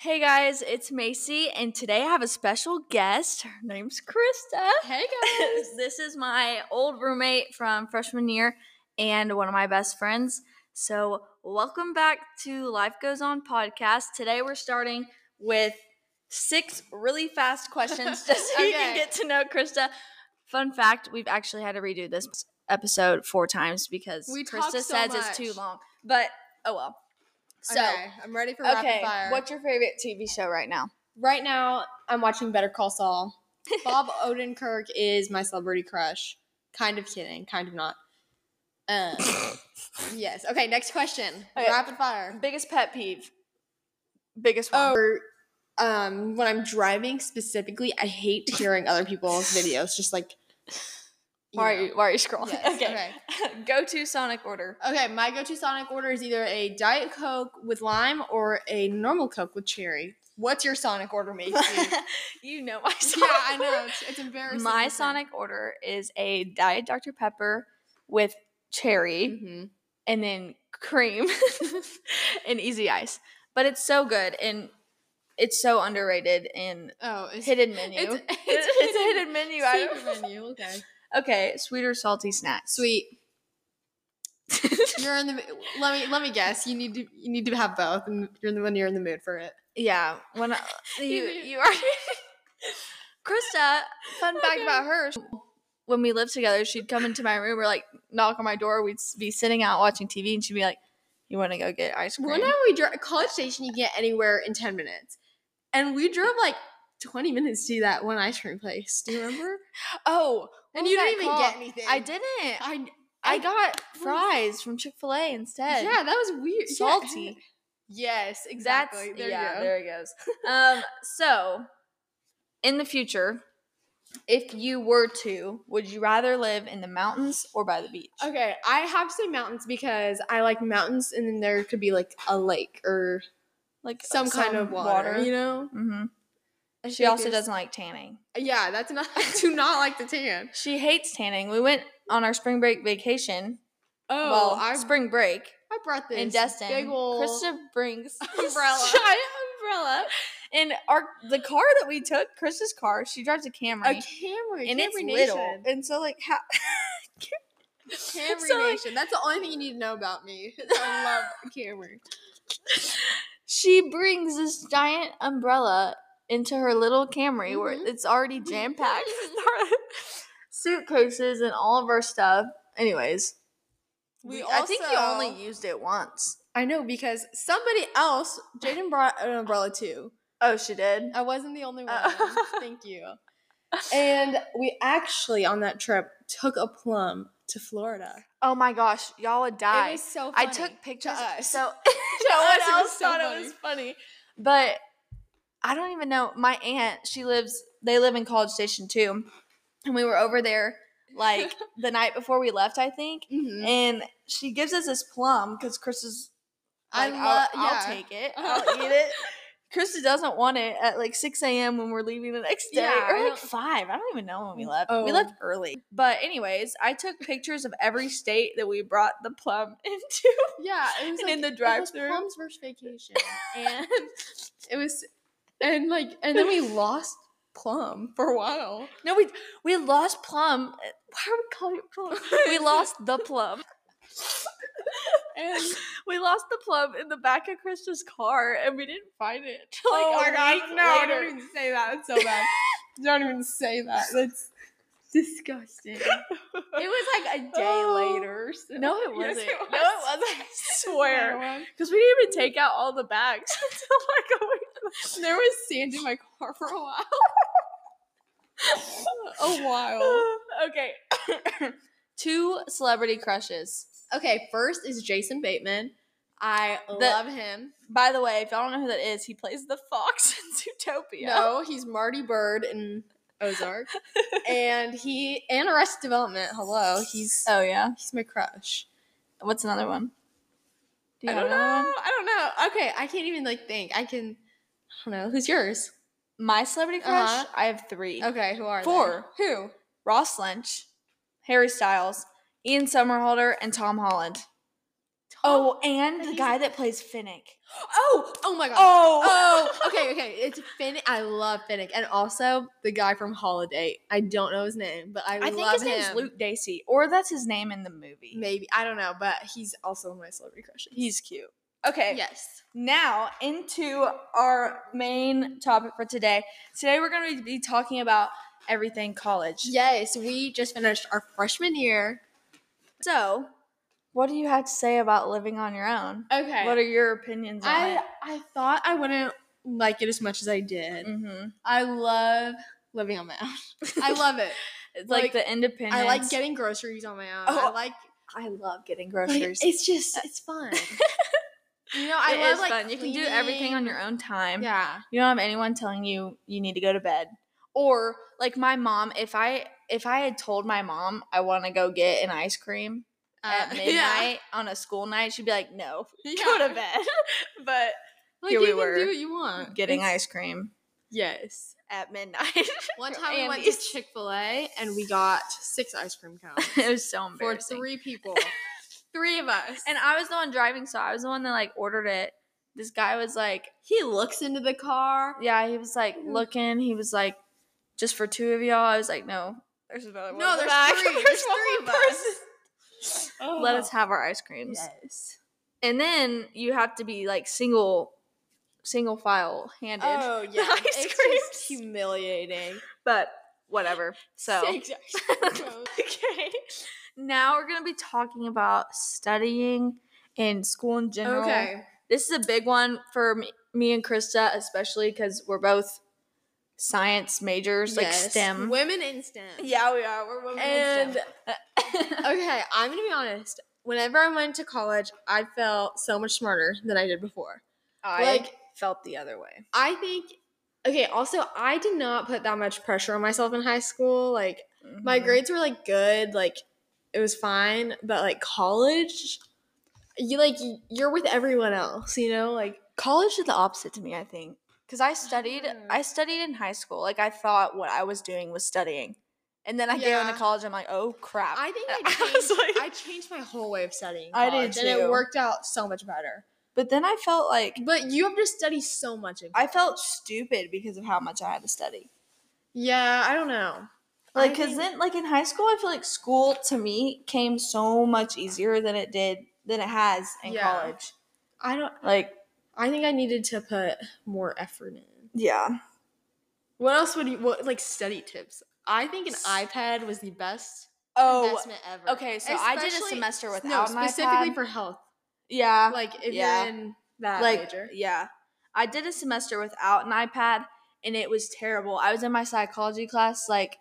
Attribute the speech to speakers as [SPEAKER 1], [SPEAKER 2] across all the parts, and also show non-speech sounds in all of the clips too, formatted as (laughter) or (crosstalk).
[SPEAKER 1] Hey guys, it's Macy, and today I have a special guest. Her name's Krista. (laughs)
[SPEAKER 2] (laughs) Hey
[SPEAKER 1] this is my old roommate from freshman year and one of my best friends. So, welcome back to Life Goes On podcast. Today we're starting with six really fast
[SPEAKER 2] (laughs)
[SPEAKER 1] questions just so you can
[SPEAKER 2] Okay.
[SPEAKER 1] get to know Krista. Fun fact we've actually had to redo this episode four times because
[SPEAKER 2] We talk
[SPEAKER 1] Krista
[SPEAKER 2] so
[SPEAKER 1] says it's too
[SPEAKER 2] much.
[SPEAKER 1] long, but oh well. So,
[SPEAKER 2] okay, I'm ready for rapid fire.
[SPEAKER 1] What's your favorite TV show right now?
[SPEAKER 2] right now, I'm watching Better Call (laughs) Saul. Bob Odenkirk is my celebrity crush. Kind of kidding, kind of not. Um, (laughs) yes. Okay, next question.
[SPEAKER 1] Okay.
[SPEAKER 2] Rapid fire.
[SPEAKER 1] Biggest pet peeve. Biggest one.
[SPEAKER 2] Oh, um, when I'm driving specifically, I hate hearing other people's videos. Just like, you (laughs)
[SPEAKER 1] why,
[SPEAKER 2] know.
[SPEAKER 1] are you, why are you scrolling?
[SPEAKER 2] Yes,
[SPEAKER 1] okay. (laughs) Go to Sonic (laughs) order.
[SPEAKER 2] okay. Okay, my go-to Sonic order is either a Diet Coke with lime or a normal Coke with cherry. What's your Sonic
[SPEAKER 1] (laughs)
[SPEAKER 2] order, Macy?
[SPEAKER 1] you know my
[SPEAKER 2] yeah,
[SPEAKER 1] Sonic.
[SPEAKER 2] I know.
[SPEAKER 1] order.
[SPEAKER 2] It's, it's embarrassing.
[SPEAKER 1] My Sonic order is a Diet Dr. Pepper with cherry
[SPEAKER 2] Mm-hmm.
[SPEAKER 1] and then cream (laughs) and easy ice. But it's so good and it's so underrated and
[SPEAKER 2] Oh, (laughs) it's
[SPEAKER 1] hidden menu.
[SPEAKER 2] it's-
[SPEAKER 1] (laughs)
[SPEAKER 2] it's
[SPEAKER 1] a hidden
[SPEAKER 2] hidden-
[SPEAKER 1] menu (laughs)
[SPEAKER 2] secret
[SPEAKER 1] item.
[SPEAKER 2] menu. Okay.
[SPEAKER 1] Okay, sweet or salty snacks.
[SPEAKER 2] Sweet. You're in the. Let me let me guess. You need to you need to have both, and you're in the when you're in the mood for it.
[SPEAKER 1] Yeah, when
[SPEAKER 2] (laughs)
[SPEAKER 1] I, you
[SPEAKER 2] knew-
[SPEAKER 1] you are (laughs) Krista. Fun fact
[SPEAKER 2] Okay.
[SPEAKER 1] about her: when we lived together, she'd come into my room or like knock on my door. We'd s- be sitting out watching TV, and she'd be like, "You want to go get ice cream?"
[SPEAKER 2] One time we drove College Station. You get anywhere in ten minutes, and we drove like twenty minutes to that one ice cream place. Do you remember?
[SPEAKER 1] oh,
[SPEAKER 2] and
[SPEAKER 1] what
[SPEAKER 2] you
[SPEAKER 1] was
[SPEAKER 2] didn't
[SPEAKER 1] that
[SPEAKER 2] even
[SPEAKER 1] called?
[SPEAKER 2] get anything.
[SPEAKER 1] I didn't. I,
[SPEAKER 2] I. I-
[SPEAKER 1] got
[SPEAKER 2] was-
[SPEAKER 1] fries from Chick Fil A instead.
[SPEAKER 2] Yeah, that was weird. Yeah. (laughs)
[SPEAKER 1] salty.
[SPEAKER 2] Yes,
[SPEAKER 1] That's
[SPEAKER 2] exactly. there
[SPEAKER 1] yeah.
[SPEAKER 2] you go.
[SPEAKER 1] There it goes. um, so in the future. If you were to, would you rather live in the mountains or by the beach?
[SPEAKER 2] Okay, I have to say mountains because I like mountains, and then there could be like a lake or
[SPEAKER 1] like
[SPEAKER 2] some, kind of water, You know.
[SPEAKER 1] hmm
[SPEAKER 2] I
[SPEAKER 1] She
[SPEAKER 2] think
[SPEAKER 1] also
[SPEAKER 2] there's-
[SPEAKER 1] doesn't like tanning.
[SPEAKER 2] Yeah, that's not. (laughs) I do not like the tan.
[SPEAKER 1] She hates tanning. We went on our spring break vacation.
[SPEAKER 2] Oh,
[SPEAKER 1] well,
[SPEAKER 2] I,
[SPEAKER 1] spring break
[SPEAKER 2] I brought this
[SPEAKER 1] in Destin.
[SPEAKER 2] big ol'
[SPEAKER 1] Krista
[SPEAKER 2] (laughs)
[SPEAKER 1] brings (laughs) this
[SPEAKER 2] umbrella.
[SPEAKER 1] giant umbrella. And our the car that we took, Krista's car, she drives a Camry,
[SPEAKER 2] a Camry,
[SPEAKER 1] and
[SPEAKER 2] Camry
[SPEAKER 1] it's
[SPEAKER 2] Nation.
[SPEAKER 1] little. And so like how (laughs)
[SPEAKER 2] Camry
[SPEAKER 1] so, like-
[SPEAKER 2] Nation. That's the only thing you need to know
[SPEAKER 1] (laughs)
[SPEAKER 2] about me. (laughs) is I love Camry.
[SPEAKER 1] she brings this giant umbrella into her little Camry where
[SPEAKER 2] Mhm.
[SPEAKER 1] it's
[SPEAKER 2] (laughs)
[SPEAKER 1] already jam packed with our (laughs) suitcases and all of our stuff. Anyways,
[SPEAKER 2] We
[SPEAKER 1] we- I think you
[SPEAKER 2] also-
[SPEAKER 1] only used it once.
[SPEAKER 2] I know because somebody else, Jaden brought an umbrella too.
[SPEAKER 1] Oh, she did.
[SPEAKER 2] I wasn't the only one.
[SPEAKER 1] Oh. (laughs)
[SPEAKER 2] Thank you. And we actually on that trip took a plum to Florida.
[SPEAKER 1] Oh my gosh, y'all would die.
[SPEAKER 2] It was so.
[SPEAKER 1] I
[SPEAKER 2] Funny (laughs)
[SPEAKER 1] took (laughs) pictures.
[SPEAKER 2] to us.
[SPEAKER 1] So (laughs)
[SPEAKER 2] To
[SPEAKER 1] no one
[SPEAKER 2] us, it was
[SPEAKER 1] else
[SPEAKER 2] so
[SPEAKER 1] thought it
[SPEAKER 2] funny.
[SPEAKER 1] was funny, but I don't even know. My aunt, she lives. They live in College Station too, and we were over there
[SPEAKER 2] (laughs)
[SPEAKER 1] like the night before we left, I think.
[SPEAKER 2] Mhm.
[SPEAKER 1] And she gives us this plum because Chris is.
[SPEAKER 2] I
[SPEAKER 1] Like,
[SPEAKER 2] love.
[SPEAKER 1] I'll,
[SPEAKER 2] yeah.
[SPEAKER 1] I'll take
[SPEAKER 2] (laughs)
[SPEAKER 1] it. I'll eat it. Krista doesn't want it at like 6 a.m. when we're leaving the next day,
[SPEAKER 2] Yeah,
[SPEAKER 1] or
[SPEAKER 2] I
[SPEAKER 1] like
[SPEAKER 2] don't-
[SPEAKER 1] five. I don't even know when we left. We
[SPEAKER 2] Oh.
[SPEAKER 1] left early. But anyways, I took pictures of every state that we brought the plum (laughs) into.
[SPEAKER 2] Yeah,
[SPEAKER 1] (laughs)
[SPEAKER 2] it was
[SPEAKER 1] And
[SPEAKER 2] like,
[SPEAKER 1] in the
[SPEAKER 2] It
[SPEAKER 1] drive-thru.
[SPEAKER 2] was Plum's first vacation,
[SPEAKER 1] (laughs)
[SPEAKER 2] and it was, and like, and then we lost Plum for a while.
[SPEAKER 1] No, we we lost plum. Uh, Why are we calling it plum?
[SPEAKER 2] (laughs)
[SPEAKER 1] we lost the plum.
[SPEAKER 2] And
[SPEAKER 1] We lost the plum in the back of Krista's car, and we didn't find it. Till like
[SPEAKER 2] Oh
[SPEAKER 1] a week later.
[SPEAKER 2] even say that. It's so (laughs) bad. don't even say that. That's disgusting. (laughs) It was (laughs) like a day
[SPEAKER 1] Oh.
[SPEAKER 2] later.
[SPEAKER 1] (laughs)
[SPEAKER 2] So.
[SPEAKER 1] No, it
[SPEAKER 2] (laughs) Yes,
[SPEAKER 1] wasn't. No, it
[SPEAKER 2] was. (laughs)
[SPEAKER 1] wasn't. I
[SPEAKER 2] Another
[SPEAKER 1] swear.
[SPEAKER 2] one.
[SPEAKER 1] Because we didn't even take out all the bags (laughs) until like a (laughs) week.
[SPEAKER 2] There was sand in my car for a while.
[SPEAKER 1] Oh,
[SPEAKER 2] a while. (laughs)
[SPEAKER 1] (laughs) okay. (coughs) Two celebrity crushes.
[SPEAKER 2] Okay, first is Jason Bateman. I love him.
[SPEAKER 1] By the way, if y'all don't know who that is, he plays the fox (laughs) in Zootopia.
[SPEAKER 2] No, he's Marty Bird in (laughs) Ozark, and he and Arrested Development. Hello, he's uh,
[SPEAKER 1] Oh yeah.
[SPEAKER 2] he's my crush.
[SPEAKER 1] What's another one? Do
[SPEAKER 2] I
[SPEAKER 1] have
[SPEAKER 2] don't know.
[SPEAKER 1] another one?
[SPEAKER 2] I don't know. Okay, I can't even like think. I can. I don't know. Who's yours?
[SPEAKER 1] My celebrity crush.
[SPEAKER 2] Uh-huh.
[SPEAKER 1] I have three.
[SPEAKER 2] Okay, who are they?
[SPEAKER 1] Four.
[SPEAKER 2] Who?
[SPEAKER 1] Ross Lynch, Harry Styles, Ian Somerhalder, and Tom Holland. Oh, and
[SPEAKER 2] But
[SPEAKER 1] the
[SPEAKER 2] he's-
[SPEAKER 1] guy that plays Finnick.
[SPEAKER 2] oh, oh my god.
[SPEAKER 1] Oh,
[SPEAKER 2] Oh, okay, okay. It's Finnick. I love Finnick, and also the guy from Holiday. I don't know his name, but I,
[SPEAKER 1] I
[SPEAKER 2] love
[SPEAKER 1] think his
[SPEAKER 2] him.
[SPEAKER 1] name's Luke Dacey, or that's his name in the movie.
[SPEAKER 2] Maybe I don't know, but he's also one of my celebrity crushes.
[SPEAKER 1] He's cute. Okay,
[SPEAKER 2] yes.
[SPEAKER 1] now into our main topic for today. Today we're going to be talking about everything college.
[SPEAKER 2] Yes, we just finished our freshman year.
[SPEAKER 1] So, what do you have to say about living on your own?
[SPEAKER 2] Okay.
[SPEAKER 1] What are your opinions on
[SPEAKER 2] I
[SPEAKER 1] it?
[SPEAKER 2] I thought I wouldn't like it as much as I did.
[SPEAKER 1] Mm-hmm.
[SPEAKER 2] I love living on my (laughs) own. I love it.
[SPEAKER 1] It's like,
[SPEAKER 2] like,
[SPEAKER 1] the independence.
[SPEAKER 2] I like getting groceries on my own.
[SPEAKER 1] Oh,
[SPEAKER 2] I like
[SPEAKER 1] I love getting
[SPEAKER 2] like,
[SPEAKER 1] groceries.
[SPEAKER 2] it's just
[SPEAKER 1] (laughs)
[SPEAKER 2] it's fun. (laughs) you know, I
[SPEAKER 1] It
[SPEAKER 2] love
[SPEAKER 1] is
[SPEAKER 2] like
[SPEAKER 1] fun. You can do everything on
[SPEAKER 2] cleaning.
[SPEAKER 1] your own time.
[SPEAKER 2] Yeah.
[SPEAKER 1] You don't have anyone telling you you need to go to bed. Or like my mom, if I if I had told my mom I want to go get an ice cream at
[SPEAKER 2] Uh,
[SPEAKER 1] midnight
[SPEAKER 2] (laughs) yeah.
[SPEAKER 1] on a school night, she'd be like, "No, (laughs)
[SPEAKER 2] Yeah.
[SPEAKER 1] go to
[SPEAKER 2] (laughs)
[SPEAKER 1] bed." but
[SPEAKER 2] Like
[SPEAKER 1] Here
[SPEAKER 2] you
[SPEAKER 1] we
[SPEAKER 2] can
[SPEAKER 1] were,
[SPEAKER 2] do what you want.
[SPEAKER 1] getting
[SPEAKER 2] It's-
[SPEAKER 1] ice cream
[SPEAKER 2] Yes.
[SPEAKER 1] at midnight.
[SPEAKER 2] One
[SPEAKER 1] From
[SPEAKER 2] time we went to
[SPEAKER 1] Andy's.
[SPEAKER 2] Chick Fil A and we got six ice cream
[SPEAKER 1] (laughs)
[SPEAKER 2] cones
[SPEAKER 1] (laughs) it was so
[SPEAKER 2] (laughs) for
[SPEAKER 1] embarrassing.
[SPEAKER 2] three
[SPEAKER 1] (laughs)
[SPEAKER 2] people, three of us.
[SPEAKER 1] And I was the one driving, so I was the one that like ordered it. This guy was like,
[SPEAKER 2] he looks into the car.
[SPEAKER 1] yeah, he was like
[SPEAKER 2] Mm.
[SPEAKER 1] looking. He was like, just for two of y'all. I was like, no, there's another one.
[SPEAKER 2] No,
[SPEAKER 1] in the
[SPEAKER 2] there's
[SPEAKER 1] back. (laughs)
[SPEAKER 2] three. There's
[SPEAKER 1] one
[SPEAKER 2] three
[SPEAKER 1] more
[SPEAKER 2] of us.
[SPEAKER 1] person. (laughs) Oh. Let us have our ice creams.
[SPEAKER 2] Yes.
[SPEAKER 1] And then you have to be like single, single file handed. (laughs)
[SPEAKER 2] Oh yeah,
[SPEAKER 1] ice
[SPEAKER 2] it's
[SPEAKER 1] creams.
[SPEAKER 2] just humiliating.
[SPEAKER 1] But whatever. So (laughs)
[SPEAKER 2] Six ice (laughs) cream cones.
[SPEAKER 1] okay, now we're gonna be talking about studying in school in general.
[SPEAKER 2] okay.
[SPEAKER 1] this is a big one for me, me and Krista, especially because we're both science majors, like
[SPEAKER 2] Yes.
[SPEAKER 1] STEM.
[SPEAKER 2] Women in STEM.
[SPEAKER 1] yeah, we are. We're women.
[SPEAKER 2] And okay, I'm gonna be honest. Whenever I went to college, I felt so much smarter than I did before.
[SPEAKER 1] (laughs) I
[SPEAKER 2] like-
[SPEAKER 1] felt the other way.
[SPEAKER 2] I think. Okay. Also, I did not put that much pressure on myself in high school. Like my
[SPEAKER 1] Mhm.
[SPEAKER 2] grades were like good. Like it was fine. But like college, you like you're with everyone else. You know, like
[SPEAKER 1] college did the opposite to me. I think because I studied.
[SPEAKER 2] Oh.
[SPEAKER 1] I studied in high school. Like I thought what I was doing was studying, and then I get
[SPEAKER 2] Yeah.
[SPEAKER 1] into college. I'm like, oh crap.
[SPEAKER 2] I think I
[SPEAKER 1] (laughs) I
[SPEAKER 2] changed,
[SPEAKER 1] was like-
[SPEAKER 2] I changed my whole way of studying.
[SPEAKER 1] I did
[SPEAKER 2] college, and
[SPEAKER 1] too.
[SPEAKER 2] it worked out so much better.
[SPEAKER 1] but then I felt like
[SPEAKER 2] But you have to study so much. In
[SPEAKER 1] I
[SPEAKER 2] college.
[SPEAKER 1] felt stupid because of how much I had to study.
[SPEAKER 2] yeah, I don't know.
[SPEAKER 1] Like,
[SPEAKER 2] I
[SPEAKER 1] cause
[SPEAKER 2] think-
[SPEAKER 1] then, like in high school, I feel like school to me came so much easier than it did than it has in
[SPEAKER 2] Yeah.
[SPEAKER 1] college.
[SPEAKER 2] I don't.
[SPEAKER 1] Like,
[SPEAKER 2] I think I needed to put more effort in.
[SPEAKER 1] yeah,
[SPEAKER 2] What else would you? What like study tips? I think an
[SPEAKER 1] S-
[SPEAKER 2] iPad was the best
[SPEAKER 1] Oh,
[SPEAKER 2] investment ever.
[SPEAKER 1] okay. So I did a
[SPEAKER 2] Especially-
[SPEAKER 1] semester
[SPEAKER 2] no,
[SPEAKER 1] without my
[SPEAKER 2] specifically for health.
[SPEAKER 1] yeah,
[SPEAKER 2] Like if
[SPEAKER 1] Yeah.
[SPEAKER 2] you're in that
[SPEAKER 1] like
[SPEAKER 2] major.
[SPEAKER 1] yeah, I did a semester without an iPad, and it was terrible. I was in my psychology class, like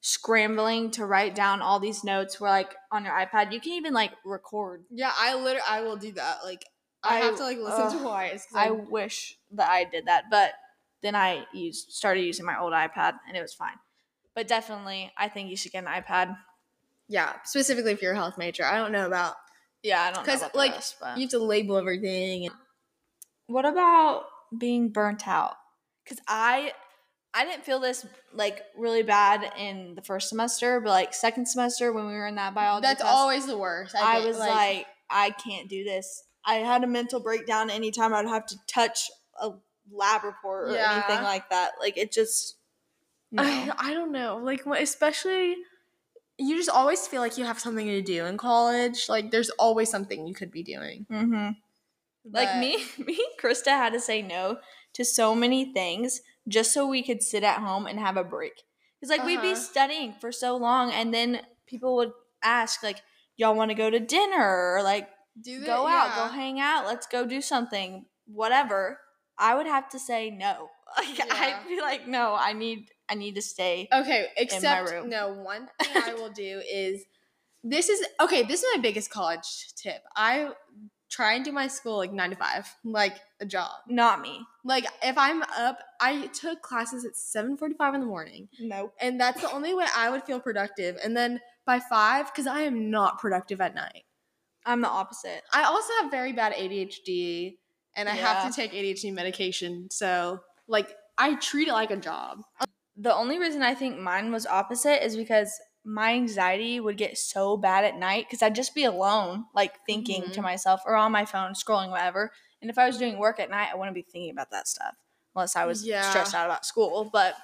[SPEAKER 1] scrambling to write down all these notes. Where like on your iPad, you can even like record.
[SPEAKER 2] Yeah, I literally I will do that. Like I,
[SPEAKER 1] I-
[SPEAKER 2] have to like listen
[SPEAKER 1] ugh,
[SPEAKER 2] to wise.
[SPEAKER 1] I wish that I did that, but then I used started using my old iPad, and it was fine. But definitely, I think you should get an iPad.
[SPEAKER 2] yeah, specifically if you're a health major. I don't know about
[SPEAKER 1] Yeah, I don't know
[SPEAKER 2] 'Cause,
[SPEAKER 1] about the
[SPEAKER 2] like,
[SPEAKER 1] rest, but-
[SPEAKER 2] you have to label everything. And-
[SPEAKER 1] What about being burnt out? Cuz I I didn't feel this like really bad in the first semester, but like second semester when we were in that biology
[SPEAKER 2] That's
[SPEAKER 1] class,
[SPEAKER 2] always the worst.
[SPEAKER 1] I,
[SPEAKER 2] think,
[SPEAKER 1] was like, I can't do this. I had a mental breakdown anytime I'd have to touch a lab report or
[SPEAKER 2] Yeah.
[SPEAKER 1] anything like that. Like it just
[SPEAKER 2] (laughs)
[SPEAKER 1] no.
[SPEAKER 2] I, I don't know. Like, wh- especially, you just always feel like you have something to do in college. Like, there's always something you could be doing.
[SPEAKER 1] Mhm. Like
[SPEAKER 2] But-
[SPEAKER 1] me, (laughs) me and Krista had to say no to so many things just so we could sit at home and have a break. Because like we'd be
[SPEAKER 2] Uh-huh.
[SPEAKER 1] studying for so long, and then people would ask like, "Y'all want to go to dinner? Or, like,
[SPEAKER 2] Do
[SPEAKER 1] go out, go hang out, let's go do something, whatever." I would have to say no. (laughs) Like
[SPEAKER 2] Yeah. Oh.
[SPEAKER 1] I'd be like, "No, I need, I need to stay."
[SPEAKER 2] Okay, except
[SPEAKER 1] room.
[SPEAKER 2] no.
[SPEAKER 1] (laughs)
[SPEAKER 2] One thing I will do is this is okay. This is my biggest college tip. I try and do my school like nine to five, like a job.
[SPEAKER 1] Not me.
[SPEAKER 2] Like if I'm up, I took classes at seven forty five in the morning.
[SPEAKER 1] No.
[SPEAKER 2] and that's the only way I would feel productive. And then by five, because I am not productive at night.
[SPEAKER 1] I'm the opposite.
[SPEAKER 2] I also have very bad ADHD, and I
[SPEAKER 1] Yeah.
[SPEAKER 2] have to take ADHD medication. So like, I treat it like a job.
[SPEAKER 1] the only reason I think mine was opposite is because my anxiety would get so bad at night because I'd just be alone, like thinking
[SPEAKER 2] Mm-hmm.
[SPEAKER 1] to myself or on my phone, scrolling, whatever. And if I was doing work at night, I wouldn't be thinking about that stuff. unless I was
[SPEAKER 2] Yeah.
[SPEAKER 1] stressed out about school. But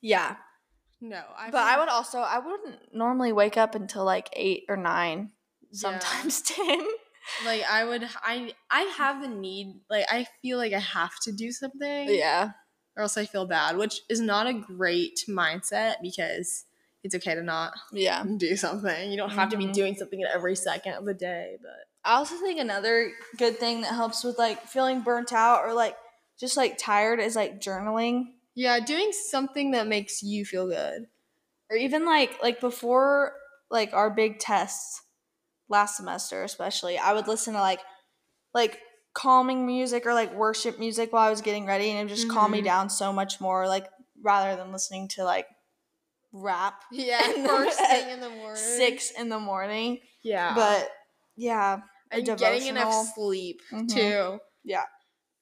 [SPEAKER 1] yeah,
[SPEAKER 2] No, I.
[SPEAKER 1] but I would also I wouldn't normally wake up until like eight or nine, sometimes (laughs) ten.
[SPEAKER 2] like I would. I I have the need. Like I feel like I have to do something.
[SPEAKER 1] Yeah,
[SPEAKER 2] Or else I feel bad, which is not a great mindset because it's okay to not (laughs)
[SPEAKER 1] yeah.
[SPEAKER 2] do something. You don't have to
[SPEAKER 1] Mhm.
[SPEAKER 2] be doing something at every second of the day. But
[SPEAKER 1] I also think another good thing that helps with like feeling burnt out or like just like tired is like journaling.
[SPEAKER 2] yeah, doing something that makes you feel good.
[SPEAKER 1] or even like like before like our big tests last semester especially i would listen to like like calming music or like worship music while i was getting ready and it would just calm me
[SPEAKER 2] Mhm.
[SPEAKER 1] down so much more like rather than listening to like rap
[SPEAKER 2] (laughs) Yeah,
[SPEAKER 1] And
[SPEAKER 2] first
[SPEAKER 1] then (laughs)
[SPEAKER 2] thing in the morning.
[SPEAKER 1] six in the morning
[SPEAKER 2] Yeah,
[SPEAKER 1] but yeah
[SPEAKER 2] and getting
[SPEAKER 1] devotional.
[SPEAKER 2] enough sleep
[SPEAKER 1] Mhm.
[SPEAKER 2] too.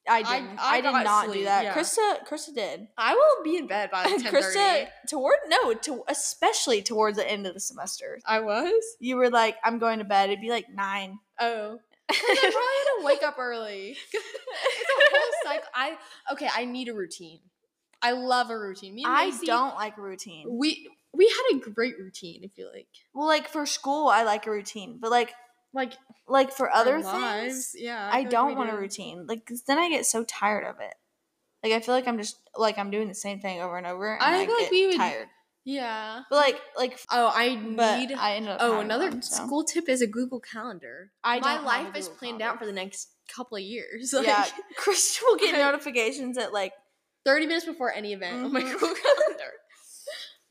[SPEAKER 1] i
[SPEAKER 2] I-
[SPEAKER 1] didn't i,
[SPEAKER 2] I
[SPEAKER 1] did
[SPEAKER 2] got
[SPEAKER 1] not do
[SPEAKER 2] sleep,
[SPEAKER 1] that
[SPEAKER 2] yeah.
[SPEAKER 1] krista krista did
[SPEAKER 2] I will be in
[SPEAKER 1] (laughs)
[SPEAKER 2] bed by ten
[SPEAKER 1] krista
[SPEAKER 2] thirty.
[SPEAKER 1] toward no to especially towards the end of the semester
[SPEAKER 2] I was.
[SPEAKER 1] you were like i'm going to bed it'd be like nine
[SPEAKER 2] (laughs)
[SPEAKER 1] (laughs)
[SPEAKER 2] Oh, Like, I probably had to wake up early. (laughs) it's a whole cycle. I okay. I need a routine. I love a routine. Me and
[SPEAKER 1] I
[SPEAKER 2] Macy,
[SPEAKER 1] don't like a routine.
[SPEAKER 2] We we had a great routine. I feel like
[SPEAKER 1] Well, like for school, I like a routine, but like
[SPEAKER 2] like
[SPEAKER 1] like for other
[SPEAKER 2] our lives,
[SPEAKER 1] things,
[SPEAKER 2] Yeah,
[SPEAKER 1] I,
[SPEAKER 2] feel like
[SPEAKER 1] don't
[SPEAKER 2] we
[SPEAKER 1] want a
[SPEAKER 2] do.
[SPEAKER 1] routine. Like 'cause then I get so tired of it. Like I feel like I'm just like I'm doing the same thing over and over. And I,
[SPEAKER 2] I feel like
[SPEAKER 1] get
[SPEAKER 2] we would-
[SPEAKER 1] tired,
[SPEAKER 2] Yeah.
[SPEAKER 1] but like like f-
[SPEAKER 2] Oh, I
[SPEAKER 1] but
[SPEAKER 2] need.
[SPEAKER 1] I ended up.
[SPEAKER 2] oh,
[SPEAKER 1] having
[SPEAKER 2] another
[SPEAKER 1] one, so.
[SPEAKER 2] school (laughs) tip is a Google Calendar.
[SPEAKER 1] I
[SPEAKER 2] My
[SPEAKER 1] don't have a
[SPEAKER 2] life is
[SPEAKER 1] Google
[SPEAKER 2] planned
[SPEAKER 1] Calendar.
[SPEAKER 2] out for the next couple of years. (laughs)
[SPEAKER 1] yeah,
[SPEAKER 2] Like,
[SPEAKER 1] (laughs) Chris will get
[SPEAKER 2] I-
[SPEAKER 1] notifications at like
[SPEAKER 2] thirty minutes before any event on my
[SPEAKER 1] Mhm.
[SPEAKER 2] (laughs) Google Calendar. Mm-hmm.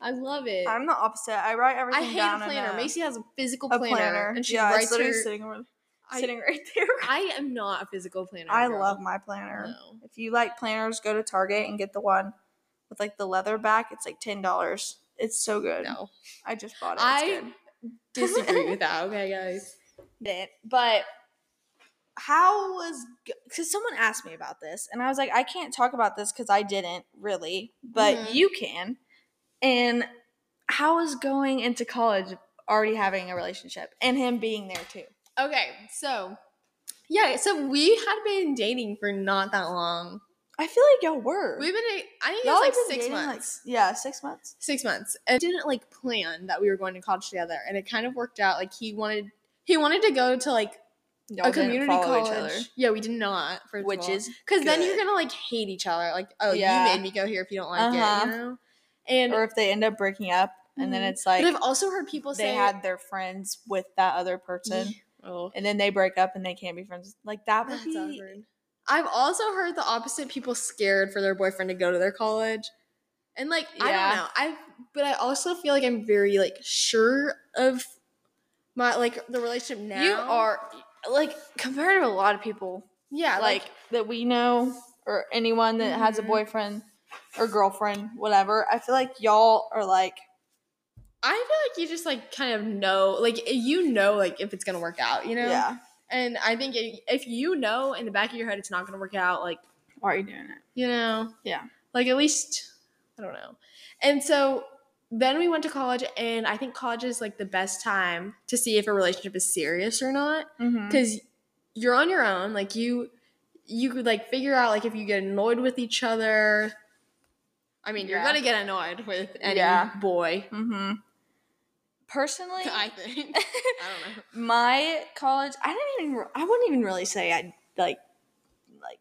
[SPEAKER 2] I love it.
[SPEAKER 1] I'm the opposite. I write everything
[SPEAKER 2] I hate
[SPEAKER 1] down
[SPEAKER 2] a
[SPEAKER 1] in
[SPEAKER 2] planner. Macy has a physical
[SPEAKER 1] a
[SPEAKER 2] planner, and she
[SPEAKER 1] yeah,
[SPEAKER 2] writes
[SPEAKER 1] it's literally
[SPEAKER 2] her.
[SPEAKER 1] sitting over,
[SPEAKER 2] I-
[SPEAKER 1] sitting right (laughs) there.
[SPEAKER 2] I am not a physical planner.
[SPEAKER 1] I
[SPEAKER 2] girl.
[SPEAKER 1] love my planner.
[SPEAKER 2] No.
[SPEAKER 1] If you like planners, go to Target and get the one with like the leather back. It's like ten dollars. It's so good.
[SPEAKER 2] No,
[SPEAKER 1] I just bought it.
[SPEAKER 2] I-
[SPEAKER 1] It's good.
[SPEAKER 2] (laughs) disagree with that. Okay, guys.
[SPEAKER 1] That- But how was? Because someone asked me about this, and I was like, I can't talk about this because I didn't really, but
[SPEAKER 2] Mhm.
[SPEAKER 1] you can. And how is going into college already having a relationship and him being there too?
[SPEAKER 2] Okay, so yeah, so we had been dating for not that long.
[SPEAKER 1] I feel like y'all were.
[SPEAKER 2] We've been, a- I think it
[SPEAKER 1] y'all
[SPEAKER 2] was
[SPEAKER 1] had
[SPEAKER 2] like
[SPEAKER 1] been
[SPEAKER 2] six
[SPEAKER 1] dating, like,
[SPEAKER 2] months.
[SPEAKER 1] yeah, six months.
[SPEAKER 2] six months, and didn't like plan that we were going to college together, and it kind of worked out. Like he wanted, he wanted to go to like
[SPEAKER 1] Y'all
[SPEAKER 2] a
[SPEAKER 1] didn't
[SPEAKER 2] community
[SPEAKER 1] follow
[SPEAKER 2] college. Yeah, we did not. First
[SPEAKER 1] which is
[SPEAKER 2] because then
[SPEAKER 1] good.
[SPEAKER 2] you're gonna like hate each other. Like, oh,
[SPEAKER 1] Yeah.
[SPEAKER 2] you made me go here if you don't like
[SPEAKER 1] Uh-huh.
[SPEAKER 2] it, you know. And
[SPEAKER 1] or if they end up breaking up and then
[SPEAKER 2] Mhm.
[SPEAKER 1] it's like
[SPEAKER 2] but I've also heard people
[SPEAKER 1] they
[SPEAKER 2] say
[SPEAKER 1] had their friends with that other person
[SPEAKER 2] Oh,
[SPEAKER 1] and then they break up and they can't be friends like that would
[SPEAKER 2] that's
[SPEAKER 1] be
[SPEAKER 2] awkward. I've also heard the opposite people scared for their boyfriend to go to their college. And like I
[SPEAKER 1] Yeah.
[SPEAKER 2] don't know. I but I also feel like I'm very like sure of my like the relationship now.
[SPEAKER 1] you are like compared to a lot of people
[SPEAKER 2] yeah,
[SPEAKER 1] like, Mm-hmm. that we know or anyone that has a
[SPEAKER 2] Mhm.
[SPEAKER 1] boyfriend or girlfriend whatever i feel like y'all are like
[SPEAKER 2] I feel like you just like kind of know like you know like if it's gonna work out, you know?
[SPEAKER 1] yeah
[SPEAKER 2] And I think i- if you know in the back of your head it's not gonna work out, like
[SPEAKER 1] why are you doing it
[SPEAKER 2] you know
[SPEAKER 1] Yeah.
[SPEAKER 2] like at least i don't know and so then we went to college and i think college is like the best time to see if a relationship is serious or not
[SPEAKER 1] Mm-hmm.
[SPEAKER 2] because you're on your own like you you could like figure out like if you get annoyed with each other i mean you're
[SPEAKER 1] Yeah.
[SPEAKER 2] gonna get annoyed with any
[SPEAKER 1] Yeah.
[SPEAKER 2] boy
[SPEAKER 1] (laughs) mm-hmm personally
[SPEAKER 2] (laughs) i think i don't know
[SPEAKER 1] my college i didn't even re- i wouldn't even really say i like like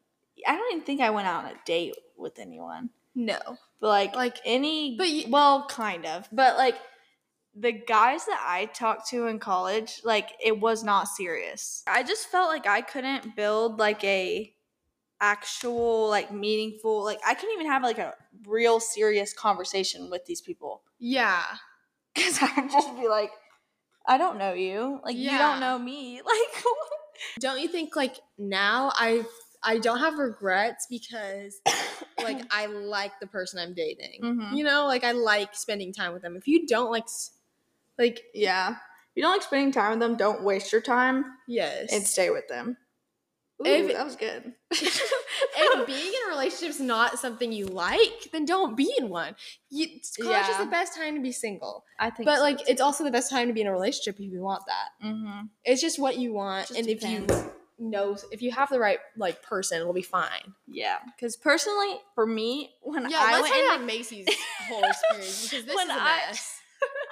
[SPEAKER 1] i don't even think i went out on a date with anyone
[SPEAKER 2] no
[SPEAKER 1] but like
[SPEAKER 2] Like,
[SPEAKER 1] any
[SPEAKER 2] but you-
[SPEAKER 1] well kind of but like the guys that i talked to in college like it was not serious i just felt like i couldn't build like a actual like meaningful like i couldn't even have like a real serious conversation with these people
[SPEAKER 2] yeah
[SPEAKER 1] (laughs) because i'd just be like i don't know you like you
[SPEAKER 2] Yeah.
[SPEAKER 1] don't know me (laughs) like
[SPEAKER 2] don't you think like now i i don't have regrets because (coughs)
[SPEAKER 1] (coughs)
[SPEAKER 2] like i like the person i'm dating
[SPEAKER 1] Mhm.
[SPEAKER 2] you know like i like spending time with them if you don't like s- like
[SPEAKER 1] yeah if you don't like spending time with them don't waste your time
[SPEAKER 2] yes
[SPEAKER 1] and
[SPEAKER 2] (laughs)
[SPEAKER 1] stay with them Ooh,
[SPEAKER 2] If-
[SPEAKER 1] that was good
[SPEAKER 2] if being in a relationship's not something you like then don't be in one you, college is
[SPEAKER 1] Yeah.
[SPEAKER 2] the best time to be single
[SPEAKER 1] (laughs) i think
[SPEAKER 2] but like it's also the best time to be in a relationship if you want that
[SPEAKER 1] mm-hmm.
[SPEAKER 2] it's just what you want
[SPEAKER 1] Just
[SPEAKER 2] and if
[SPEAKER 1] depends.
[SPEAKER 2] you know if you have the right like person, it'll be fine.
[SPEAKER 1] Yeah, because personally, for me, when
[SPEAKER 2] Yeah,
[SPEAKER 1] I
[SPEAKER 2] let's
[SPEAKER 1] went
[SPEAKER 2] talk
[SPEAKER 1] in,
[SPEAKER 2] about
[SPEAKER 1] (laughs)
[SPEAKER 2] Macy's whole experience because this
[SPEAKER 1] When
[SPEAKER 2] is a
[SPEAKER 1] I-
[SPEAKER 2] mess.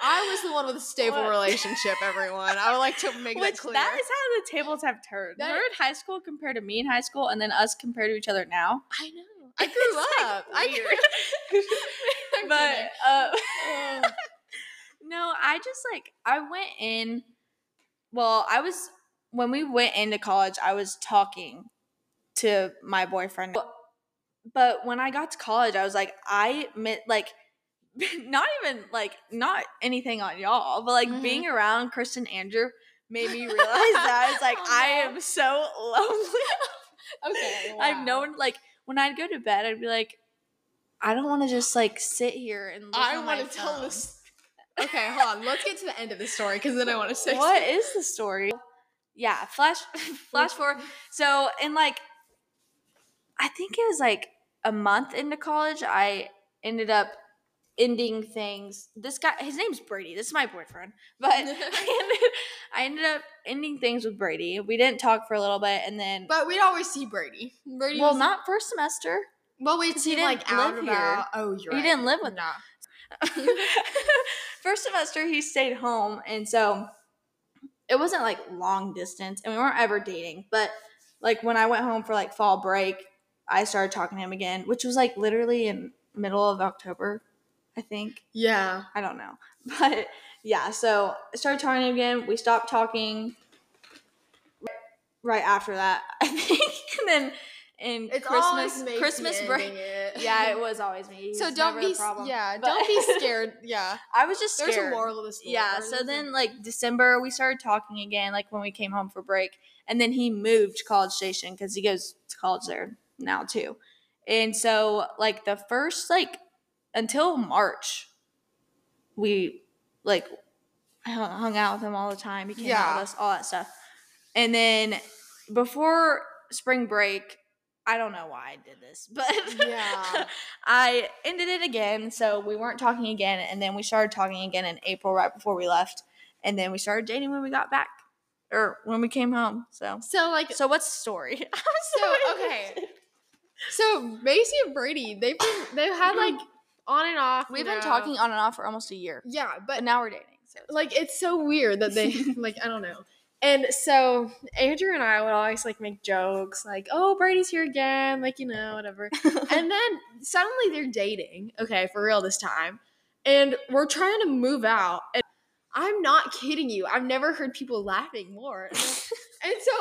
[SPEAKER 2] I was the one with a stable
[SPEAKER 1] What?
[SPEAKER 2] relationship, everyone. I would like to make
[SPEAKER 1] which
[SPEAKER 2] that clear.
[SPEAKER 1] that is how the tables have turned.
[SPEAKER 2] That-
[SPEAKER 1] Her in high school compared to me in high school, and then us compared to each other now.
[SPEAKER 2] I know.
[SPEAKER 1] (laughs)
[SPEAKER 2] I
[SPEAKER 1] It's,
[SPEAKER 2] grew
[SPEAKER 1] like,
[SPEAKER 2] up. I grew
[SPEAKER 1] weird. (laughs)
[SPEAKER 2] I'm
[SPEAKER 1] but
[SPEAKER 2] kidding.
[SPEAKER 1] uh,
[SPEAKER 2] Ugh. (laughs)
[SPEAKER 1] no, I just like I went in. Well, I was when we went into college. I was talking to my boyfriend, But- but when I got to college, I was like, I mi- like (laughs) not even like not anything on y'all, but like
[SPEAKER 2] Mhm.
[SPEAKER 1] being around Kristen Andrew made me realize that
[SPEAKER 2] (laughs)
[SPEAKER 1] it's like
[SPEAKER 2] Oh,
[SPEAKER 1] I
[SPEAKER 2] no.
[SPEAKER 1] am so lonely. (laughs)
[SPEAKER 2] okay.
[SPEAKER 1] I've
[SPEAKER 2] wow.
[SPEAKER 1] known like when I'd go to bed, I'd be like, I don't want to just like sit here and. Look
[SPEAKER 2] I
[SPEAKER 1] want to
[SPEAKER 2] tell this. Okay, hold on. Let's get to the end of the story because then I want to say
[SPEAKER 1] What is the story? Yeah, flash, (laughs) flash forward. So in like, I think it was like a month into college, I ended up ending things. This guy, his name's Brady. This is my boyfriend, (laughs) but I ended, I ended up ending things with Brady. We didn't talk for a little bit, and then
[SPEAKER 2] But we'd always see Brady. Brady
[SPEAKER 1] well,
[SPEAKER 2] was,
[SPEAKER 1] not first semester.
[SPEAKER 2] well, we'd
[SPEAKER 1] 'cause he
[SPEAKER 2] see him
[SPEAKER 1] didn't
[SPEAKER 2] like out
[SPEAKER 1] live
[SPEAKER 2] and
[SPEAKER 1] here.
[SPEAKER 2] about. Oh, you're
[SPEAKER 1] He
[SPEAKER 2] right.
[SPEAKER 1] didn't live with
[SPEAKER 2] nah.
[SPEAKER 1] (laughs) first semester he stayed home and so it wasn't like long distance and we weren't ever dating but like when i went home for like fall break i started talking to him again which was like literally in middle of october i think
[SPEAKER 2] Yeah.
[SPEAKER 1] i don't know (laughs) but yeah so i started talking to him again we stopped talking right after that (laughs) i think and then and
[SPEAKER 2] It's
[SPEAKER 1] christmas
[SPEAKER 2] always Macy
[SPEAKER 1] christmas break
[SPEAKER 2] ending it.
[SPEAKER 1] (laughs)
[SPEAKER 2] (laughs)
[SPEAKER 1] yeah it was always me
[SPEAKER 2] So
[SPEAKER 1] He's
[SPEAKER 2] don't
[SPEAKER 1] never
[SPEAKER 2] be
[SPEAKER 1] the
[SPEAKER 2] s-
[SPEAKER 1] problem.
[SPEAKER 2] yeah,
[SPEAKER 1] But- (laughs)
[SPEAKER 2] don't be scared. Yeah,
[SPEAKER 1] i was just scared
[SPEAKER 2] there's a moral to the story.
[SPEAKER 1] yeah.
[SPEAKER 2] or
[SPEAKER 1] So
[SPEAKER 2] there's a-
[SPEAKER 1] then, like December, we started talking again, like when we came home for break, and then he moved to College Station because he goes to college there now too. And so, like the first like until March, we like hung hung out with him all the time. He came out
[SPEAKER 2] Yeah.
[SPEAKER 1] with us, all that stuff. And then before spring break, I don't know why I did this, (laughs) but (laughs)
[SPEAKER 2] yeah,
[SPEAKER 1] I ended it again, so we weren't talking again, and then we started talking again in April right before we left, and then we started dating when we got back, or when we came home. So,
[SPEAKER 2] so like
[SPEAKER 1] so what's the story? (laughs) I'm
[SPEAKER 2] (laughs) So,
[SPEAKER 1] sorry.
[SPEAKER 2] okay. so Macy and Brady, they've been
[SPEAKER 1] (clears throat)
[SPEAKER 2] they've had like on and off.
[SPEAKER 1] (laughs)
[SPEAKER 2] you
[SPEAKER 1] we've been
[SPEAKER 2] know.
[SPEAKER 1] talking on and off for almost a year,
[SPEAKER 2] Yeah, but
[SPEAKER 1] but now we're dating.
[SPEAKER 2] (laughs)
[SPEAKER 1] So (laughs) it's-
[SPEAKER 2] like it's so weird that
[SPEAKER 1] (laughs)
[SPEAKER 2] they like I don't know. And so Andrew and I would always like make jokes like, "Oh, Brady's here again," like you know, (laughs) whatever. and then suddenly they're dating. Okay, for real this time. And we're trying to move out. And I'm not kidding you. I've never heard people laughing more. and (laughs) so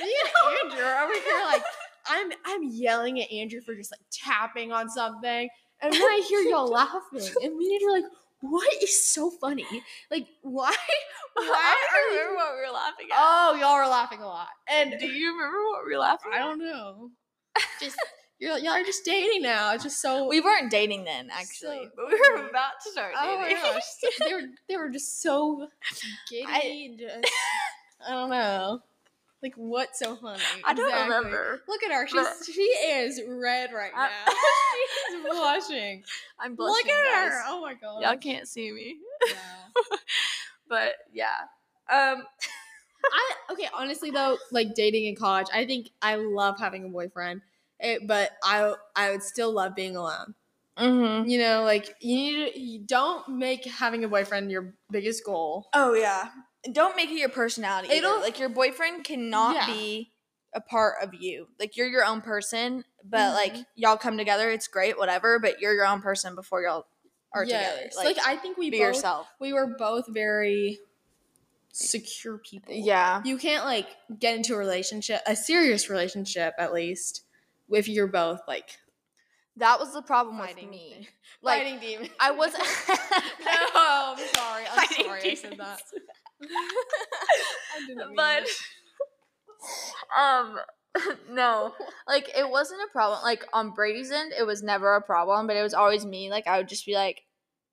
[SPEAKER 2] me (laughs) and Andrew are over here like I'm I'm yelling at Andrew for just like tapping on something. And then I hear (laughs) y'all laughing. And me and Andrew are like, what is so funny? Like, why?
[SPEAKER 1] I
[SPEAKER 2] (laughs) Why
[SPEAKER 1] don't
[SPEAKER 2] are
[SPEAKER 1] remember
[SPEAKER 2] you?
[SPEAKER 1] what we were laughing at.
[SPEAKER 2] Oh, y'all were laughing a lot. And
[SPEAKER 1] Do you remember what we were laughing?
[SPEAKER 2] I
[SPEAKER 1] at? (laughs)
[SPEAKER 2] don't know. Just you're y'all are just dating now. It's just so.
[SPEAKER 1] We weren't dating then, actually,
[SPEAKER 2] So
[SPEAKER 1] but we were
[SPEAKER 2] weird.
[SPEAKER 1] about to start
[SPEAKER 2] oh my
[SPEAKER 1] dating.
[SPEAKER 2] gosh, so- (laughs) they were they were just so giddy.
[SPEAKER 1] I-
[SPEAKER 2] and just, I don't know. Like what's so funny?
[SPEAKER 1] I don't
[SPEAKER 2] Exactly.
[SPEAKER 1] remember.
[SPEAKER 2] Look at her.
[SPEAKER 1] Bruh.
[SPEAKER 2] She's she is red right
[SPEAKER 1] I-
[SPEAKER 2] now. She's blushing.
[SPEAKER 1] (laughs) I'm (laughs)
[SPEAKER 2] (laughs) Look
[SPEAKER 1] blushing.
[SPEAKER 2] at
[SPEAKER 1] guys.
[SPEAKER 2] her. Oh my god.
[SPEAKER 1] Y'all can't see me,
[SPEAKER 2] Yeah.
[SPEAKER 1] but yeah. Um,
[SPEAKER 2] I okay, honestly though, like dating in college, I think I love having a boyfriend, it, but I I would still love being alone.
[SPEAKER 1] mm-hmm.
[SPEAKER 2] You know, like you need to, you don't make having a boyfriend your biggest goal.
[SPEAKER 1] Oh yeah. Don't make it your personality. either.
[SPEAKER 2] It'll-
[SPEAKER 1] like your boyfriend cannot
[SPEAKER 2] Yeah.
[SPEAKER 1] be a part of you. Like you're your own person, but like
[SPEAKER 2] Mhm.
[SPEAKER 1] y'all come together, it's great, whatever. But you're your own person before y'all are together.
[SPEAKER 2] Yes, Like, I think we
[SPEAKER 1] be
[SPEAKER 2] both
[SPEAKER 1] yourself.
[SPEAKER 2] we were both very secure people.
[SPEAKER 1] Yeah.
[SPEAKER 2] You can't like get into a relationship, a serious relationship at least, if you're both like
[SPEAKER 1] That was the problem with
[SPEAKER 2] Fighting
[SPEAKER 1] me.
[SPEAKER 2] demons.
[SPEAKER 1] Like
[SPEAKER 2] fighting demons.
[SPEAKER 1] I wasn't.
[SPEAKER 2] (laughs) no, (laughs) I'm sorry. I'm
[SPEAKER 1] Fighting
[SPEAKER 2] sorry I said
[SPEAKER 1] demons.
[SPEAKER 2] that.
[SPEAKER 1] (laughs)
[SPEAKER 2] I didn't mean
[SPEAKER 1] but
[SPEAKER 2] it.
[SPEAKER 1] (laughs) um (laughs) no like it wasn't a problem like on brady's end it was never a problem but it was always me like i would just be like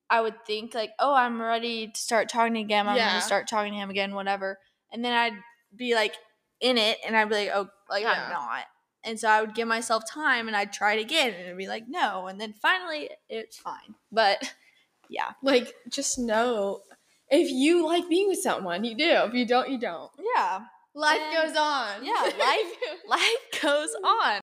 [SPEAKER 1] i would think like oh i'm ready to start talking to him i'm
[SPEAKER 2] Yeah.
[SPEAKER 1] gonna start talking to him again whatever and then i'd be like in it and i'd be like oh like i'm
[SPEAKER 2] Yeah.
[SPEAKER 1] not and so i would give myself time and i'd try it again and it'd be like no and then finally it's fine but (laughs) yeah
[SPEAKER 2] like just know if you like being with someone you do if you don't you don't
[SPEAKER 1] yeah
[SPEAKER 2] Life
[SPEAKER 1] And-
[SPEAKER 2] goes
[SPEAKER 1] (laughs)
[SPEAKER 2] on.
[SPEAKER 1] yeah, life- life goes on.